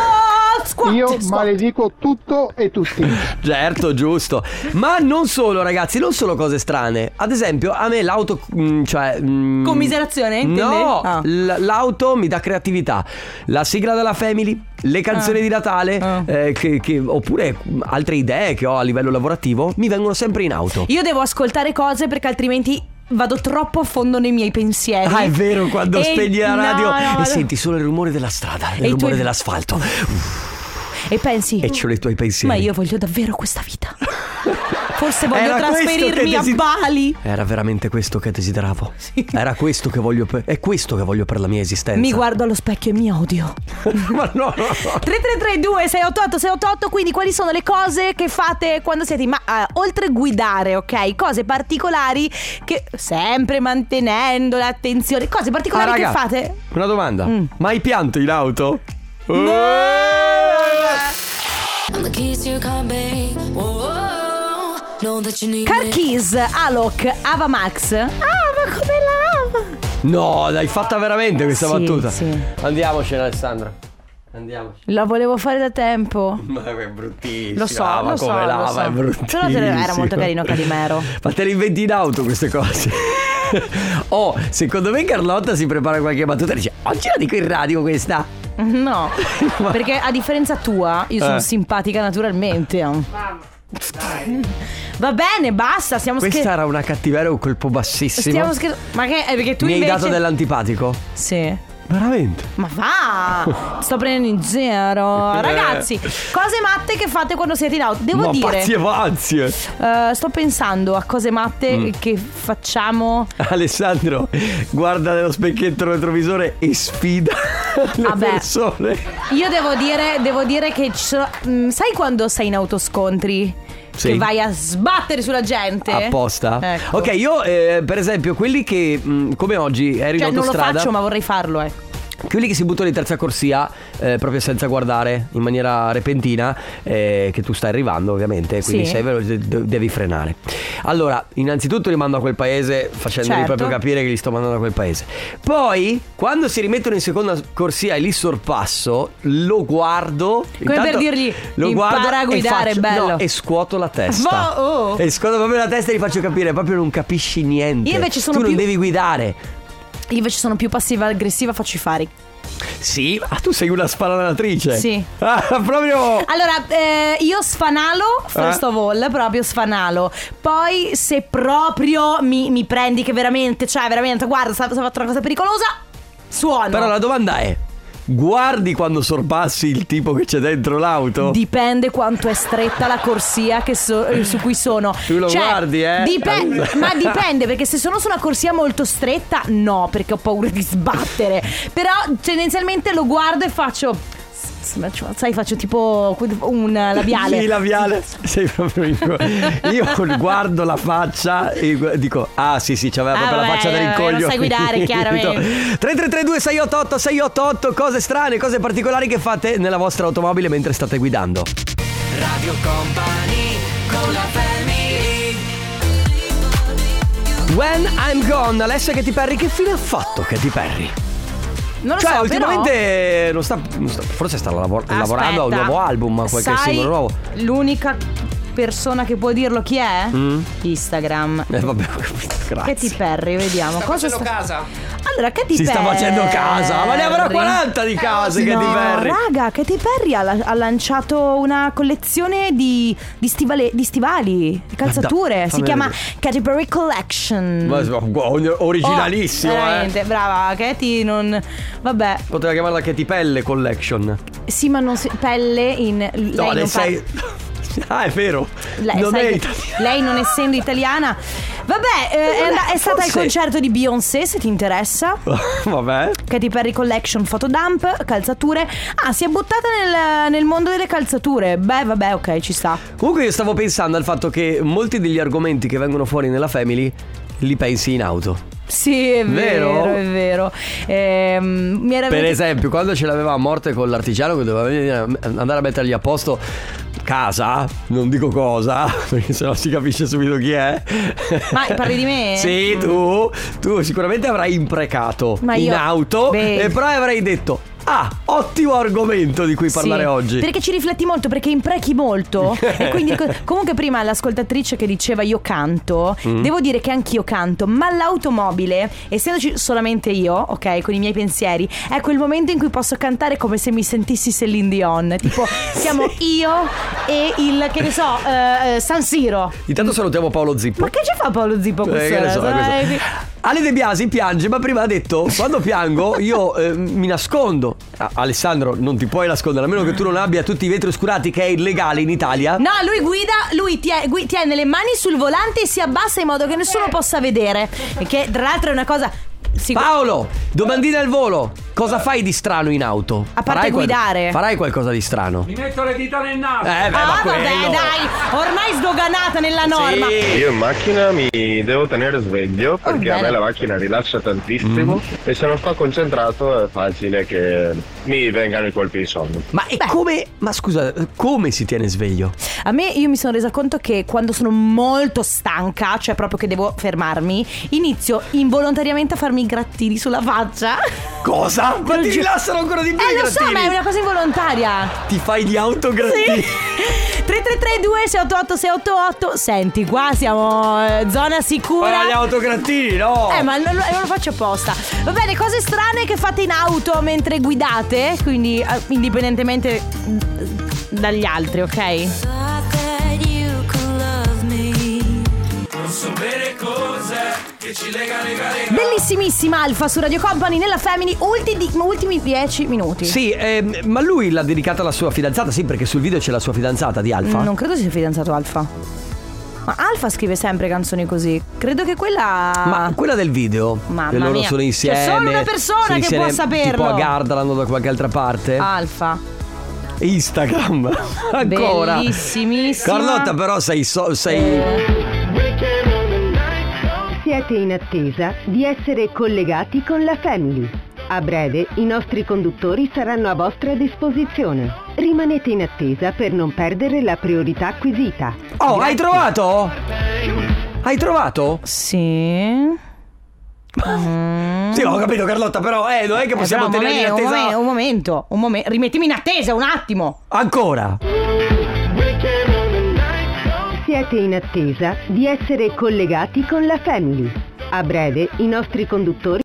Speaker 2: squat. squat.
Speaker 9: maledico tutto e tutti.
Speaker 1: Certo, giusto. Ma non solo, ragazzi, non solo cose strane. Ad esempio, a me l'auto. mm, cioè. mm,
Speaker 2: Commiserazione, intende?
Speaker 1: No,
Speaker 2: Ah.
Speaker 1: l- l'auto mi dà creatività. La sigla della Family, le canzoni di Natale,
Speaker 2: Ah.
Speaker 1: eh, che- che- oppure mm, altre idee che ho a livello lavorativo, mi vengono sempre in auto.
Speaker 2: Io devo ascoltare cose perché altrimenti vado troppo a fondo nei miei pensieri.
Speaker 1: Ah, è vero, quando
Speaker 2: E-
Speaker 1: spegni la
Speaker 2: no,
Speaker 1: radio
Speaker 2: no,
Speaker 1: e
Speaker 2: vado-
Speaker 1: senti solo il rumore della strada, il
Speaker 2: E i
Speaker 1: rumore
Speaker 2: tuoi-
Speaker 1: dell'asfalto.
Speaker 2: E pensi,
Speaker 1: E ci sono i tuoi pensieri.
Speaker 2: ma io voglio davvero questa vita. Forse voglio
Speaker 1: Era questo che
Speaker 2: trasferirmi a
Speaker 1: desi-
Speaker 2: Bali.
Speaker 1: Era veramente questo che desideravo. Era questo che voglio per... È questo che voglio per la mia esistenza.
Speaker 2: Mi guardo allo specchio e mi odio.
Speaker 1: Ma no, no, no.
Speaker 2: 3332 688 688 quindi quali sono le cose che fate quando siete in ma- ah, oltre guidare ok cose particolari che sempre mantenendo l'attenzione cose
Speaker 1: Ah,
Speaker 2: particolari che
Speaker 1: raga,
Speaker 2: fate Mm.
Speaker 1: Una domanda. Ma hai pianto in auto? Eh,
Speaker 2: Car Keys Alok Ava Max ah ma come la ama
Speaker 1: No, l'hai fatta veramente questa
Speaker 2: Sì,
Speaker 1: battuta.
Speaker 2: sì.
Speaker 1: Andiamocene Alessandra. Andiamoci.
Speaker 2: la volevo fare da tempo
Speaker 1: Ma è bruttissimo.
Speaker 2: lo so
Speaker 1: ma
Speaker 2: lo
Speaker 1: come
Speaker 2: so, lo
Speaker 1: lava,
Speaker 2: so.
Speaker 1: è bruttissimo.
Speaker 2: però te- era molto carino Calimero
Speaker 1: Ma te le inventi in auto queste cose? oh, secondo me Carlotta si prepara qualche battuta e dice Oggi la dico in radio questa
Speaker 2: no
Speaker 1: Ma-
Speaker 2: perché a differenza tua io sono
Speaker 1: Eh.
Speaker 2: simpatica naturalmente va bene basta stiamo
Speaker 1: Questa
Speaker 2: scherzando
Speaker 1: era una cattiveria un colpo bassissimo
Speaker 2: Stiamo scherzando. Ma che è perché tu
Speaker 1: Mi hai
Speaker 2: invece
Speaker 1: dato dell'antipatico?
Speaker 2: Sì.
Speaker 1: Veramente?
Speaker 2: Ma va! Sto prendendo in zero. Ragazzi, cose matte che fate quando siete in auto. Devo
Speaker 1: Eh. Ma
Speaker 2: dire,
Speaker 1: pazzi e pazzi
Speaker 2: eh, sto pensando a cose matte
Speaker 1: Mm.
Speaker 2: che facciamo.
Speaker 1: Alessandro guarda nello specchietto retrovisore e sfida le
Speaker 2: Vabbè.
Speaker 1: persone
Speaker 2: Io devo dire, devo dire che ci sono. mm, sai quando sei in autoscontri?
Speaker 1: Sì.
Speaker 2: Che vai a sbattere sulla gente?
Speaker 1: Apposta
Speaker 2: Ecco.
Speaker 1: Ok io eh, per esempio quelli che mh, come oggi ero
Speaker 2: Cioè,
Speaker 1: in
Speaker 2: non lo
Speaker 1: autostrada
Speaker 2: faccio, ma vorrei farlo, ecco.
Speaker 1: Quelli che si buttano in terza corsia eh, proprio senza guardare in maniera repentina eh, che tu stai arrivando ovviamente, quindi
Speaker 2: Sì.
Speaker 1: sei veloce, de- devi frenare. Allora, innanzitutto li mando a quel paese facendogli
Speaker 2: Certo.
Speaker 1: proprio capire che li sto mandando a quel paese. Poi, quando si rimettono in seconda corsia e li sorpasso, lo guardo...
Speaker 2: Come per dirgli, "Impara a
Speaker 1: e
Speaker 2: guidare,
Speaker 1: faccio-
Speaker 2: bello."
Speaker 1: no, e scuoto la testa.
Speaker 2: Ma- oh.
Speaker 1: E scuoto proprio la testa e gli faccio capire, proprio non capisci niente.
Speaker 2: Io invece sono
Speaker 1: tu non
Speaker 2: più-
Speaker 1: devi guidare.
Speaker 2: Io invece sono più passiva aggressiva, faccio i fari.
Speaker 1: Sì, ah, tu sei una sparanatrice.
Speaker 2: Sì.
Speaker 1: Ah, proprio.
Speaker 2: Allora, eh, io sfanalo, first
Speaker 1: Eh?
Speaker 2: of all, proprio sfanalo. Poi, se proprio mi, mi prendi che veramente, cioè, veramente, guarda, sta, sta fatto una cosa pericolosa, suono.
Speaker 1: Però la domanda è: guardi quando sorpassi il tipo che c'è dentro l'auto?
Speaker 2: Dipende quanto è stretta la corsia che so- eh, su cui sono. Cioè,
Speaker 1: Tu lo guardi, eh?
Speaker 2: dipen-
Speaker 1: Ah.
Speaker 2: ma dipende, perché se sono su una corsia molto stretta, no, perché ho paura di sbattere. Però tendenzialmente lo guardo e faccio. s- s- Sai, faccio tipo un labiale.
Speaker 1: Sì, labiale. Sei proprio io. Io guardo la faccia e gu- dico: Ah, sì, sì, c'aveva
Speaker 2: Ah,
Speaker 1: proprio la
Speaker 2: vabbè,
Speaker 1: faccia da
Speaker 2: vabbè,
Speaker 1: rincoglio.
Speaker 2: non sai guidare, chiaramente.
Speaker 1: 3332 688 688 cose strane, cose particolari che fate nella vostra automobile mentre state guidando.
Speaker 3: Radio Company con la family
Speaker 1: When I'm gone, Alessia Katy Perry, che fine ha fatto Katy Perry?
Speaker 2: Non lo
Speaker 1: Cioè,
Speaker 2: so, però...
Speaker 1: ultimamente non sta, non sta- forse sta lavor- lavorando a un
Speaker 2: Aspetta.
Speaker 1: nuovo album, a qualche
Speaker 2: Sai
Speaker 1: singolo nuovo.
Speaker 2: L'unica persona che può dirlo chi è?
Speaker 1: Mm.
Speaker 2: Instagram.
Speaker 1: Eh, vabbè, ho capito, grazie.
Speaker 2: Katy Perry, vediamo. cosa sta...
Speaker 3: casa
Speaker 2: Allora, Katy
Speaker 1: si
Speaker 2: Perry.
Speaker 1: sta facendo casa, ma ne avrà 40 di case
Speaker 2: Eh, No,
Speaker 1: Katy Perry.
Speaker 2: raga, Katy Perry ha, la- ha lanciato una collezione di, di stivale- di stivali, di calzature.
Speaker 1: dai,
Speaker 2: si
Speaker 1: fammi
Speaker 2: chiama
Speaker 1: vedere.
Speaker 2: Katy Perry Collection.
Speaker 1: Ma- ma- guarda, originalissimo,
Speaker 2: Oh,
Speaker 1: eh.
Speaker 2: veramente, brava, Katy non... Vabbè,
Speaker 1: Poteva chiamarla Katy Pelle Collection.
Speaker 2: sì ma non si... Pelle in... lei
Speaker 1: no,
Speaker 2: non
Speaker 1: le
Speaker 2: fa-
Speaker 1: sei. Ah, è vero.
Speaker 2: Lei,
Speaker 1: non
Speaker 2: sai
Speaker 1: è
Speaker 2: che-
Speaker 1: italiana.
Speaker 2: lei non essendo italiana. Vabbè, eh, è, and- è stata al
Speaker 1: forse-
Speaker 2: concerto di Beyoncé, se ti interessa.
Speaker 1: Vabbè.
Speaker 2: Katy Perry Collection, fotodump, calzature. Ah, si è buttata nel, nel mondo delle calzature. Beh, vabbè, ok, ci sta.
Speaker 1: Comunque io stavo pensando al fatto che molti degli argomenti che vengono fuori nella family li pensi in auto.
Speaker 2: Sì, è
Speaker 1: Vero?
Speaker 2: vero, è vero. Ehm, mi era
Speaker 1: Per
Speaker 2: venuto-
Speaker 1: esempio, quando ce l'aveva a morte con l'artigiano che doveva venire a- andare a mettergli a posto casa, non dico cosa, perché sennò si capisce subito chi è.
Speaker 2: Ma parli di me?
Speaker 1: Sì, tu, tu sicuramente avrai imprecato
Speaker 2: Ma
Speaker 1: in
Speaker 2: io-
Speaker 1: auto,
Speaker 2: Beh.
Speaker 1: e però avrai detto, ah, ottimo argomento di cui parlare
Speaker 2: Sì,
Speaker 1: oggi.
Speaker 2: Perché ci rifletti molto, perché imprechi molto. e quindi, co- comunque, prima l'ascoltatrice che diceva io canto,
Speaker 1: Mm.
Speaker 2: devo dire che anch'io canto, ma l'automobile, essendoci solamente io, ok, con i miei pensieri, è quel momento in cui posso cantare come se mi sentissi Celine Dion. Tipo, siamo io e il, che ne so, eh, eh, San Siro.
Speaker 1: Intanto salutiamo Paolo Zippo.
Speaker 2: Ma che ci fa Paolo Zippo
Speaker 1: Eh,
Speaker 2: questa
Speaker 1: che ne so,
Speaker 2: sera?
Speaker 1: questo.
Speaker 2: Dai, qui-
Speaker 1: Ale De Biasi piange, ma prima ha detto: Quando piango, io eh, mi nascondo. Ah, Alessandro, non ti puoi nascondere, a meno che tu non abbia tutti i vetri oscurati, che è illegale in Italia.
Speaker 2: No, lui guida, lui tie- gui- tiene le mani sul volante e si abbassa in modo che nessuno possa vedere. E Che tra l'altro è una cosa. sicu-
Speaker 1: Paolo, domandina al volo: Cosa fai di strano in auto?
Speaker 2: A parte
Speaker 1: qual-
Speaker 2: guidare.
Speaker 1: farai qualcosa di strano? Mi metto le dita nel naso. Eh, beh, ma
Speaker 2: ah, vabbè,
Speaker 1: quello.
Speaker 2: dai, ormai sdoganata nella norma.
Speaker 1: Sì.
Speaker 10: Io in macchina mi devo tenere sveglio perché a
Speaker 2: Ah, bene.
Speaker 10: me la macchina rilascia tantissimo e se non sto concentrato è facile che mi vengano i colpi di sonno.
Speaker 1: Ma e come? Ma scusa, come si tiene sveglio?
Speaker 2: A me io mi sono resa conto che quando sono molto stanca, cioè proprio che devo fermarmi, inizio involontariamente a farmi i grattini sulla faccia.
Speaker 1: Cosa? Ma ti rilassano ancora di più i
Speaker 2: Eh, lo so,
Speaker 1: grattini.
Speaker 2: ma è una cosa involontaria.
Speaker 1: Ti fai gli autograttini.
Speaker 2: Sì. 3332 688 688 Senti, qua siamo eh, zona sicura.
Speaker 1: Ma gli autograttini, no?
Speaker 2: Eh, ma non, lo- non lo faccio apposta. Va bene, cose strane che fate in auto mentre guidate, quindi eh, indipendentemente mm, dagli altri, ok? Bellissimissima Alfa su Radio Company nella Family, ulti- di- ultimi 10 minuti.
Speaker 1: Sì, ehm, ma lui l'ha dedicata alla sua fidanzata, sì, perché sul video c'è la sua fidanzata di Alfa.
Speaker 2: Mm, Non credo sia fidanzato Alfa. Ma Alfa scrive sempre canzoni così. Credo che quella.
Speaker 1: Ma quella del video,
Speaker 2: Mamma
Speaker 1: che loro
Speaker 2: mia.
Speaker 1: sono
Speaker 2: C'è
Speaker 1: insieme.
Speaker 2: solo una persona
Speaker 1: sono
Speaker 2: che
Speaker 1: insieme
Speaker 2: può saperlo. Ah.
Speaker 1: Tipo a Garda l'hanno da qualche altra parte.
Speaker 2: Alfa.
Speaker 1: Instagram. Ancora.
Speaker 2: Bellissimissima.
Speaker 1: Carlotta, però sei. so- sei...
Speaker 11: Siete in attesa di essere collegati con la Family. A breve i nostri conduttori saranno a vostra disposizione. Rimanete in attesa per non perdere la priorità acquisita.
Speaker 1: Oh, hai trovato? Hai trovato?
Speaker 2: Sì.
Speaker 1: Sì, ho capito, Carlotta, però, eh, non è che
Speaker 2: Mm. Eh,
Speaker 1: possiamo
Speaker 2: però un
Speaker 1: tenerli in
Speaker 2: momento,
Speaker 1: attesa.
Speaker 2: un momento, un momento, un momento. Rimettimi in attesa un attimo.
Speaker 1: Ancora.
Speaker 11: Siete in attesa di essere collegati con la Family. A breve i nostri conduttori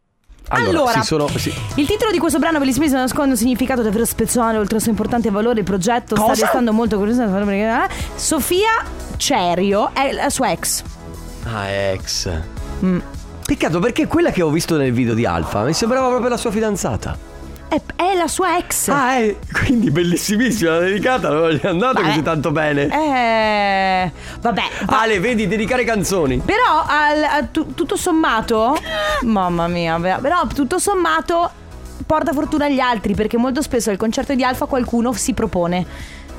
Speaker 1: Allora,
Speaker 2: Allora.
Speaker 1: si sono. si-
Speaker 2: Il titolo di questo brano, bellissimo, si nasconde un significato davvero spezzone, oltre al suo importante valore, il progetto
Speaker 1: Cosa?
Speaker 2: sta restando molto curioso. Eh, Sofia Cerio è la sua ex.
Speaker 1: Ah, ex. Mm. Peccato perché quella che ho visto nel video di Alfa mi sembrava proprio la sua fidanzata.
Speaker 2: È, è la sua ex.
Speaker 1: Ah, è quindi bellissimissima la dedicata, non gli è andata
Speaker 2: Vabbè.
Speaker 1: così tanto bene.
Speaker 2: Eh, vabbè.
Speaker 1: Ale, vedi, dedicare canzoni.
Speaker 2: Però al- a tu- tutto sommato, mamma mia, ve- però tutto sommato porta fortuna agli altri perché molto spesso al concerto di Alfa qualcuno si propone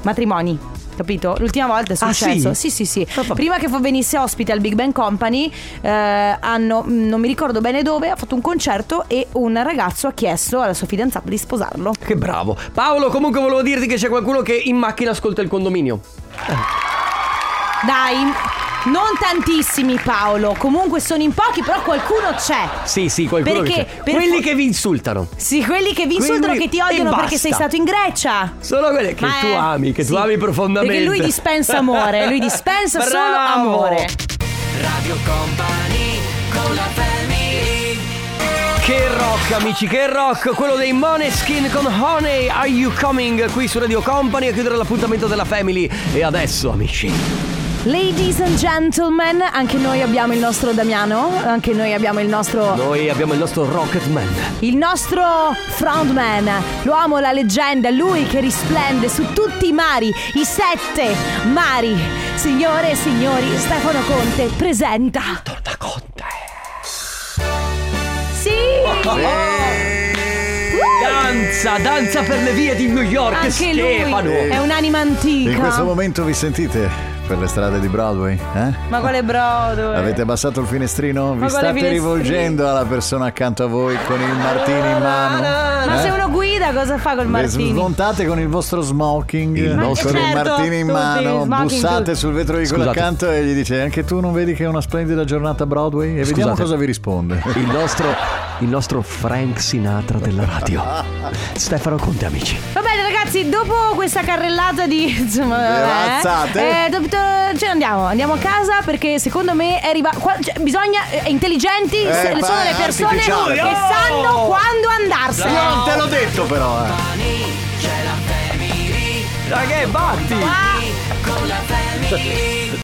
Speaker 2: matrimoni. Capito? L'ultima volta è
Speaker 1: Ah,
Speaker 2: successo.
Speaker 1: sì?
Speaker 2: sì, sì.
Speaker 1: Ah, vabbè.
Speaker 2: Prima che fo- venisse ospite al Big Bang Company, eh, hanno, mh, non mi ricordo bene dove, ha fatto un concerto e un ragazzo ha chiesto alla sua fidanzata di sposarlo.
Speaker 1: Che bravo. Paolo, comunque volevo dirti che c'è qualcuno che in macchina ascolta il condominio.
Speaker 2: Dai, non tantissimi, Paolo. Comunque sono in pochi, però qualcuno c'è.
Speaker 1: Sì, sì, qualcuno
Speaker 2: Perché-
Speaker 1: che c'è.
Speaker 2: per-
Speaker 1: Quelli che vi insultano.
Speaker 2: Sì, quelli che vi insultano,
Speaker 1: Quelli-
Speaker 2: che ti
Speaker 1: e
Speaker 2: odiano
Speaker 1: basta.
Speaker 2: perché sei stato in Grecia.
Speaker 1: Sono quelle che
Speaker 2: Ma
Speaker 1: tu
Speaker 2: è-
Speaker 1: ami, che
Speaker 2: sì.
Speaker 1: tu ami profondamente.
Speaker 2: Perché lui dispensa amore, lui dispensa solo
Speaker 1: Bravo.
Speaker 2: amore.
Speaker 3: Radio Company con la family
Speaker 1: Che rock amici, che rock, quello dei Moneskin con Honey, Are You Coming qui su Radio Company a chiudere l'appuntamento della Family e adesso amici.
Speaker 2: Ladies and gentlemen, anche noi abbiamo il nostro Damiano, anche noi abbiamo il nostro
Speaker 1: Noi abbiamo il nostro Rocketman.
Speaker 2: il nostro frontman, l'uomo, la leggenda, lui che risplende su tutti i mari, i sette mari. Signore e signori, Stefano Conte presenta
Speaker 1: Torna Conte.
Speaker 2: Sì! Oh,
Speaker 1: Eh. Danza, danza per le vie di New York,
Speaker 2: Anche
Speaker 1: Stefano.
Speaker 2: lui è un'anima antica.
Speaker 12: In questo momento vi sentite per le strade di Broadway? Eh?
Speaker 2: Ma quale brodo? eh?
Speaker 12: Avete abbassato il
Speaker 2: Ma
Speaker 12: finestrino? Vi
Speaker 2: quale
Speaker 12: state
Speaker 2: finestrino?
Speaker 12: rivolgendo alla persona accanto a voi con il martini in mano?
Speaker 2: Ma
Speaker 12: eh?
Speaker 2: se uno guida cosa fa col
Speaker 12: Le
Speaker 2: martini?
Speaker 12: smontate con il vostro smoking,
Speaker 2: Ma-
Speaker 12: con
Speaker 2: certo,
Speaker 12: il martini in
Speaker 2: tutti,
Speaker 12: mano,
Speaker 2: smoking,
Speaker 12: bussate
Speaker 2: tutti.
Speaker 12: sul vetro di quello
Speaker 1: Scusate.
Speaker 12: accanto e gli dite anche tu non vedi che è una splendida giornata a Broadway? E vediamo
Speaker 1: Scusate.
Speaker 12: cosa vi risponde.
Speaker 1: Il nostro il nostro Frank Sinatra della radio. Stefano Conte amici.
Speaker 2: Va bene ragazzi, dopo questa carrellata di insomma, vabbè,
Speaker 1: mazzate.
Speaker 2: eh, dopo- ce ne andiamo, andiamo a casa perché secondo me è arriva- qua- cioè, bisogna eh, intelligenti
Speaker 12: Eh,
Speaker 2: se-
Speaker 12: beh,
Speaker 2: sono le persone che
Speaker 12: artificiale.
Speaker 2: sanno quando andarsene.
Speaker 12: Non te l'ho detto però, eh.
Speaker 3: c'è la family
Speaker 1: Dai che batti!
Speaker 3: con la family